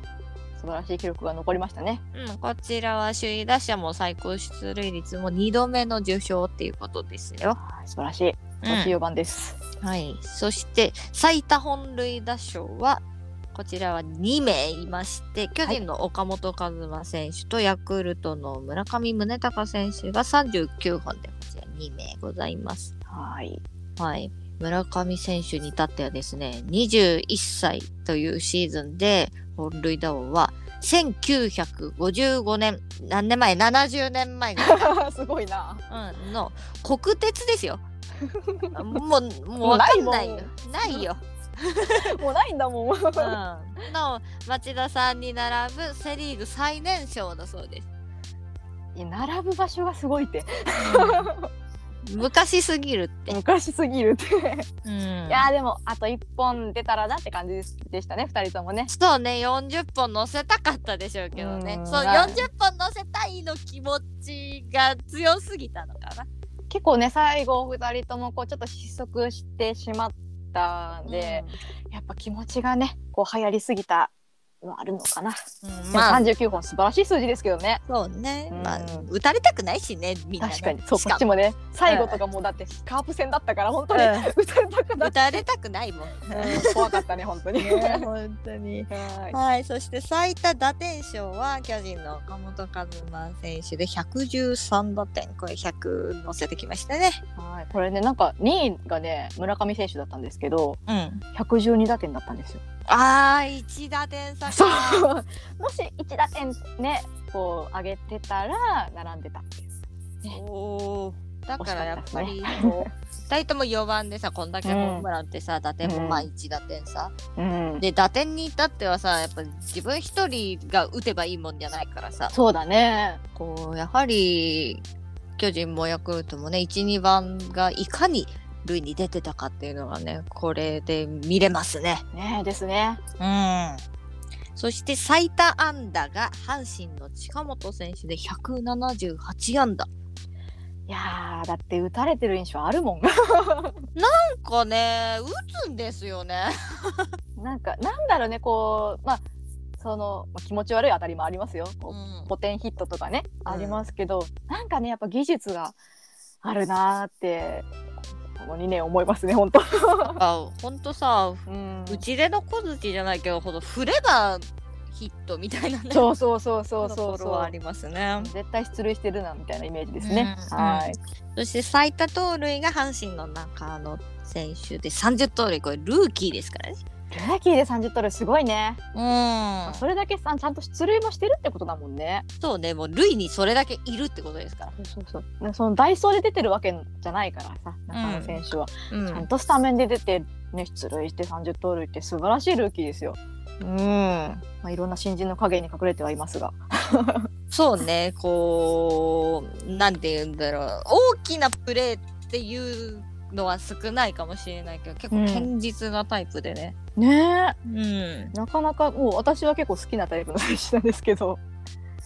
S3: 素晴らしい記録が残りましたね。
S2: うん、こちらは首位打者も最高出塁率も2度目の受賞っていうことですよ。
S3: はい素晴らしい。素晴らしい四番です。
S2: はい、そして最多本塁打賞はこちらは2名いまして巨人の岡本和真選手とヤクルトの村上宗隆選手が39本でこちら2名ございます。
S3: はい。
S2: はい、村上選手に至ってはですね21歳というシーズンで本塁打王は1955年何年前70年前 の
S3: すごいな。
S2: うんの国鉄ですよもうもうわかんないよないよ、
S3: もうないんだもん。
S2: うん、の町田さんに並ぶセ・リーグ最年少だそうです
S3: いや並ぶ場所がすごいって
S2: 昔すぎるって、
S3: 昔すぎるって
S2: うん、
S3: いやーでもあと1本出たらなって感じですでしたね2人ともね
S2: そうね40本乗せたかったでしょうけどね
S3: うん
S2: そう40
S3: はい
S2: 本乗せたいの気持ちが強すぎたのかな
S3: 結構ね最後2人ともこうちょっと失速してしまったんで、やっぱ気持ちがねこう流行りすぎたのあるのかな、
S2: うんうんま
S3: まあ、
S2: あ
S3: 39本素晴らしい数字ですけどね
S2: そうね、
S3: うん
S2: まあ打たれたくないしねみんなね
S3: 確かにそう
S2: し
S3: こっ
S2: か
S3: ち
S2: も
S3: もね最後とかもうだってカープ戦だったから本当に、
S2: う
S3: 打たれたくな
S2: 打
S3: った
S2: れたくないもん
S3: た怖かったね本当に、
S2: 本当に
S3: はい
S2: はいそして最多打点賞は巨人の岡本和真選手で113打点これ100乗せてきましたね
S3: はいこれねなんか2位がね村上選手だったんですけど
S2: うん
S3: 112打点だったんですよ
S2: あー1打点差か
S3: そう もし1打点ねこう上げてたら並んでたっていう
S2: おーだ
S3: 惜しか
S2: か
S3: っ
S2: らや
S3: た
S2: っ
S3: です
S2: ぱ
S3: ね
S2: りこう2人とも4番でさこんだけホームランってさ、打点もまあ
S3: うん
S2: 1打点さ、
S3: うん
S2: で打点に至ってはさやっぱり自分一人が打てばいいもんじゃないからさ
S3: そうだね
S2: こうやはり巨人もヤクルトもね12番がいかに塁に出てたかっていうのがねこれで見れますね。
S3: ねですね
S2: うんそして最多安打が阪神の近本選手で178安打。
S3: いやーだって打たれてる印象あるもん
S2: なんかね打つんですよね。
S3: なんかなんだろうねこうまあそのまあ気持ち悪い当たりもありますよこうポテンヒットとかね、
S2: うん
S3: ありますけどなんかねやっぱ技術があるなーってこの2年思いますね本当
S2: なんかほんとさ
S3: うん
S2: 打ち出の小槌じゃないけどほど振ればヒットみたい なね
S3: そうそうそうそうそう
S2: ところ
S3: そう
S2: はありますね。
S3: 絶対出塁してるなみたいなイメージですね、
S2: うん
S3: はい
S2: そして最多盗塁が阪神の中野選手で30盗塁これルーキーですからね。
S3: ルーキーで30盗塁すごいね、
S2: うん
S3: それだけさちゃんと出塁もしてるってことだもんね
S2: そうねもう塁にそれだけいるってことですから。
S3: そうそうそのダイソーで出てるわけじゃないからさ中野選手は、
S2: う
S3: ちゃん
S2: ん、
S3: とスタメンで出て、ね、出塁して30盗塁って素晴らしいルーキーですよ、まあ、いろんな新人の陰に隠れてはいますが
S2: そうねこうなんて言うんだろう大きなプレーっていうのは少ないかもしれないけど結構堅実なタイプでね。
S3: ね
S2: うん
S3: え、なかなかもう私は結構好きなタイプの選手なんですけど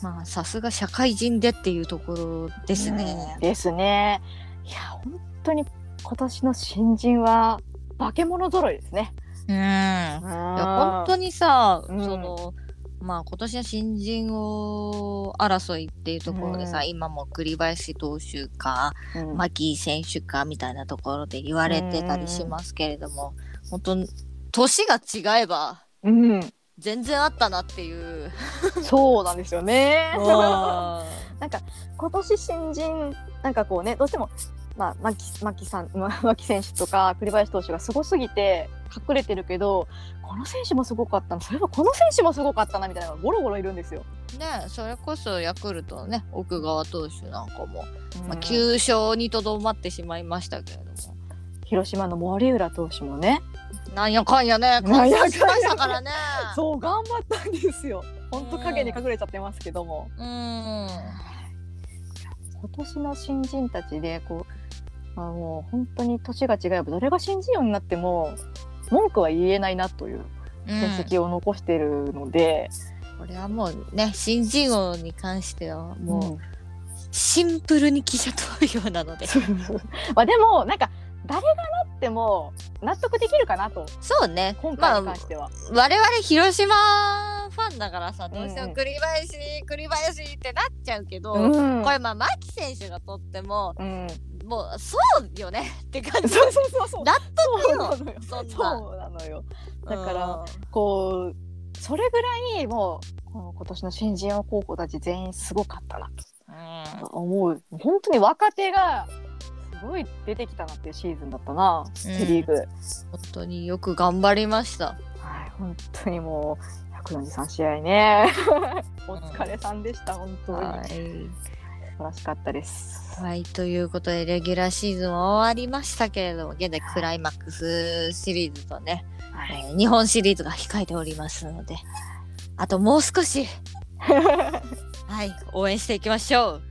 S2: まあさすが社会人でっていうところですね
S3: うん。ですねいや本当に今年の新人は化け物揃いですね
S2: うん。いや本
S3: 本
S2: 当にさ、
S3: うん
S2: そのまあ今年の新人王争いっていうところでさ、
S3: うん
S2: 今も栗林投手か
S3: 当に
S2: 牧選手かみたいなところで言われてたりしますけれども、本当年が違えば
S3: うん、
S2: 全然あったなっていう。
S3: そうなんですよね。
S2: う
S3: 今年新人なんかこうねどうしてもまあ牧牧さん ま牧選手とか栗林投手がすごすぎて隠れてるけどこの選手もすごかったなそれはこの選手もすごかったなみたいなのがゴロゴロいるんですよ。
S2: んねそれこそヤクルトのね奥川投手なんかも、
S3: ま
S2: まあ、
S3: あ旧
S2: 9勝にとどまってしまいましたけれども。
S3: 広島の森浦投手もね
S2: なんやかんや
S3: な
S2: ね、
S3: ん
S2: 感
S3: やかんや
S2: 染しましたからね。
S3: そう頑張ったんですよ。本当影に隠れちゃってますけども、
S2: うー。
S3: 今年の新人たちでこう、まあ、もう本当に年が違えばどれが新人王になっても文句は言えないなというん成績を残してるので、
S2: これはもうね、新人王に関しては、もう、
S3: もう
S2: シンプルに記者投票なので。
S3: そうそうまあでもなんか誰がなっても納得できるかなと
S2: そうね、
S3: 今
S2: ま
S3: 回
S2: あ
S3: に、関しては、
S2: 我々広島ファンだからさ、どうして
S3: うんう
S2: も
S3: ん
S2: 栗林、栗林ってなっちゃうけど、
S3: うん
S2: これまあ、牧選手がとっても、
S3: うん、
S2: もう、そうよねって感じ。
S3: そうそうそうそう
S2: 納
S3: そうな
S2: 得
S3: のよ
S2: そんな
S3: そうなのよだから
S2: うん
S3: こうそれぐらいもうこの今年の新人王候補たち全員すごかったなと思う本当に若手がすごい出てきたなっていうシーズンだったな、セ・リーグ、
S2: 本当によく頑張りました。
S3: はい、本当にもうヤ黒木さん試合ね お疲れさんでした、本当に
S2: はい
S3: 素晴らしかったです、
S2: はい、ということで、レギュラーシーズンは終わりましたけれども、現在クライマックスシリーズとね、
S3: は
S2: え
S3: い、
S2: ー日本シリーズが控えておりますので、あともう 少し、はい、応援していきましょう。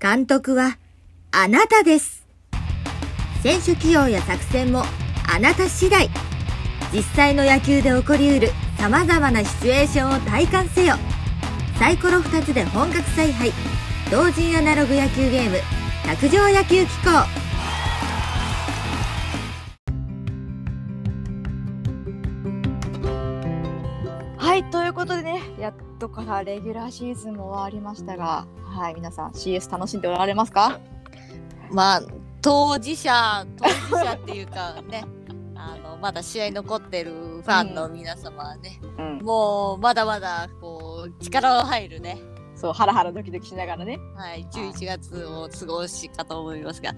S4: 監督はあなたです選手起用や作戦もあなた次第実際の野球で起こりうる様々なシチュエーションを体感せよサイコロ2つで本格采配同人アナログ野球ゲーム卓上野球機構
S3: はい、ということでねやっとからレギュラーシーズンも終わりましたがはい皆さん CS 楽しんでおられますか
S2: まあ、当事者、当事者っていうか ね、あの、まだ試合残ってるファンの皆様はね、
S3: うん
S2: もうまだまだ、こう、力の入るね、
S3: そうハラハラドキドキしながらね
S2: はい、11月を過ごしかと思いますが、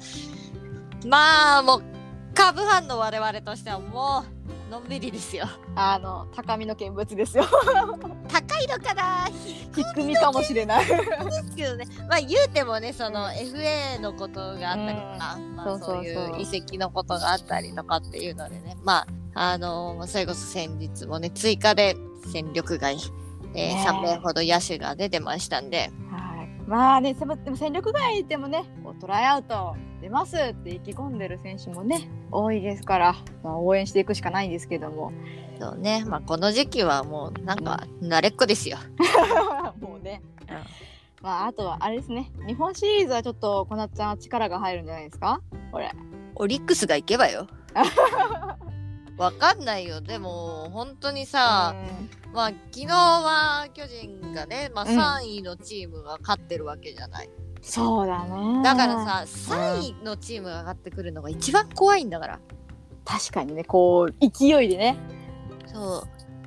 S2: まあ、もう、株ファンの我々としてはもう、のんびりですよ。
S3: あの高みの見物ですよ
S2: 高いのかな
S3: 低みかもしれない
S2: ですけどね、まあ言うてもね、その FA のことがあったりとか、ま
S3: そ
S2: あ
S3: うそうそ
S2: そうういう遺跡のことがあったりとかっていうのでね、まあ、あのーそれこそ先日もね、追加で戦力外、えー
S3: ねえ
S2: 3名ほど野手が出てましたんで、
S3: はい、まあね、せもでも戦力外でもね、こうトライアウト出ますって意気込んでる選手もね、多いですから、まあ、応援していくしかないんですけども、
S2: そうね、まあこの時期はもうなんか慣れっこですよ。
S3: もうね
S2: うん、
S3: まあ、あとはあれですね、日本シリーズはちょっと、こなっちゃんは力が入るんじゃないですか、これ。
S2: オリックスが行け ばよ。わかんないよ。でも、本当にさ、まあ、昨日は巨人がね、まあ、
S3: うん
S2: 3位のチームが勝ってるわけじゃない。
S3: そうだね。
S2: だから、さ、3位のチームが上がってくるのが一番怖いんだから。
S3: 確かにね、こう、勢いでね、
S2: そう。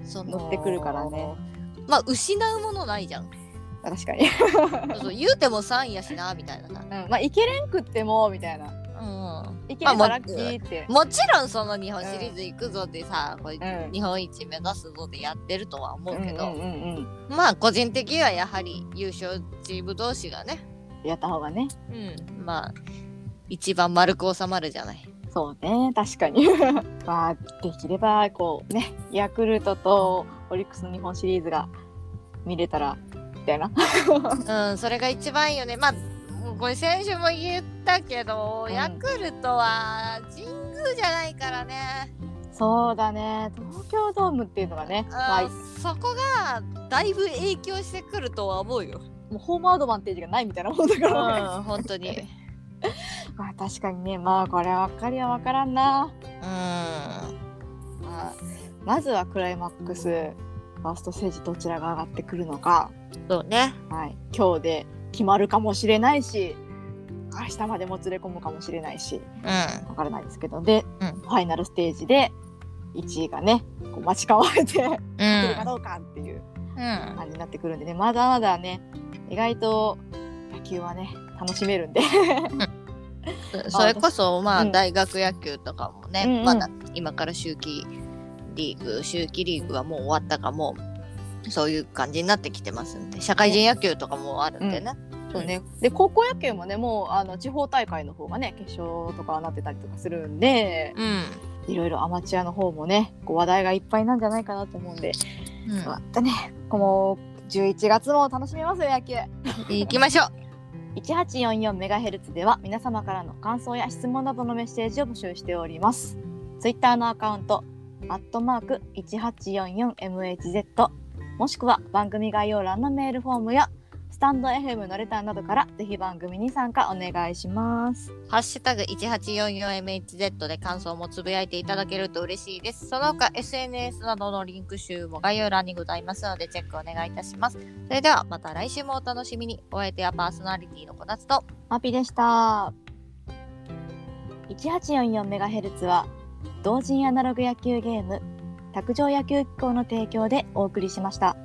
S2: その
S3: 乗ってくるからね。
S2: まあ、失うものないじゃん。
S3: 確かに。
S2: そうそう言うても3位やしな、みたいなさ。
S3: うん、まあ、いけれんくっても、みたいな。
S2: うん。
S3: いければラッキーって。
S2: もちろん、その日本シリーズ行くぞでさ、これ
S3: うん
S2: 日本一目指すぞでやってるとは思うけど、
S3: うんうんうんうん、
S2: まあ、個人的にはやはり優勝チーム同士がね、
S3: やった方がね。
S2: うん、まあ、一番丸く収まるじゃない。
S3: そうね確かに まあできればこうねヤクルトとオリックスの日本シリーズが見れたらみたいな
S2: うん、それが一番いいよね。まあ、もうこれ先週も言ったけど、
S3: うん
S2: ヤクルトは神宮じゃないからね。
S3: そうだね東京ドームっていうのがね、まあ、
S2: あそこがだいぶ影響してくるとは思うよ。
S3: もうホームアドバンテージがないみたいなもんだか
S2: うん、
S3: ら、ね
S2: 本当に。
S3: まあ確かにねまあこればっかりは分からんな、
S2: うん。
S3: まあ、まずはクライマックスファーストステージどちらが上がってくるのか、
S2: そうね。
S3: はい、今日で決まるかもしれないし明日までもつれ込むかもしれないし
S2: う
S3: わからないですけどで、
S2: うん
S3: ファイナルステージで1位がねこう待ち構えて来
S2: ん。う
S3: るか
S2: ん。
S3: どうかっていう
S2: うん。
S3: 感じになってくるんでねまだまだね意外と野球はね楽しめるんで
S2: それこそまあ、
S3: うん
S2: 大学野球とかもね、
S3: うんうん
S2: まだ今から秋季リーグ秋季リーグはもう終わったかもうそういう感じになってきてますんで社会人野球とかもあるんでね、
S3: そうねで高校野球もねもうあの地方大会の方がね決勝とかはなってたりとかするんで
S2: うん
S3: いろいろアマチュアの方もねこう話題がいっぱいなんじゃないかなと思うんで
S2: うん
S3: またねこの11月も楽しめますよ野球。
S2: 行きましょう
S3: 1844メガヘルツでは皆様からの感想や質問などのメッセージを募集しております。ツイッターのアカウント、アットマーク 1844MHZ、もしくは番組概要欄のメールフォームや、スタンド FM のレターなどからぜひ番組に参加お願いします。
S2: ハッシュタグ 1844MHZ で感想もつぶやいていただけると嬉しいです。その他 SNS などのリンク集も概要欄にございますのでチェックお願いいたします。それではまた来週もお楽しみに。お相手はパーソナリティのこなつと
S3: マピでした。1844メガヘルツは、同人アナログ野球ゲーム、卓上野球機構の提供でお送りしました。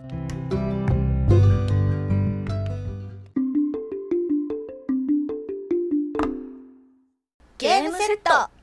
S4: ゲームセット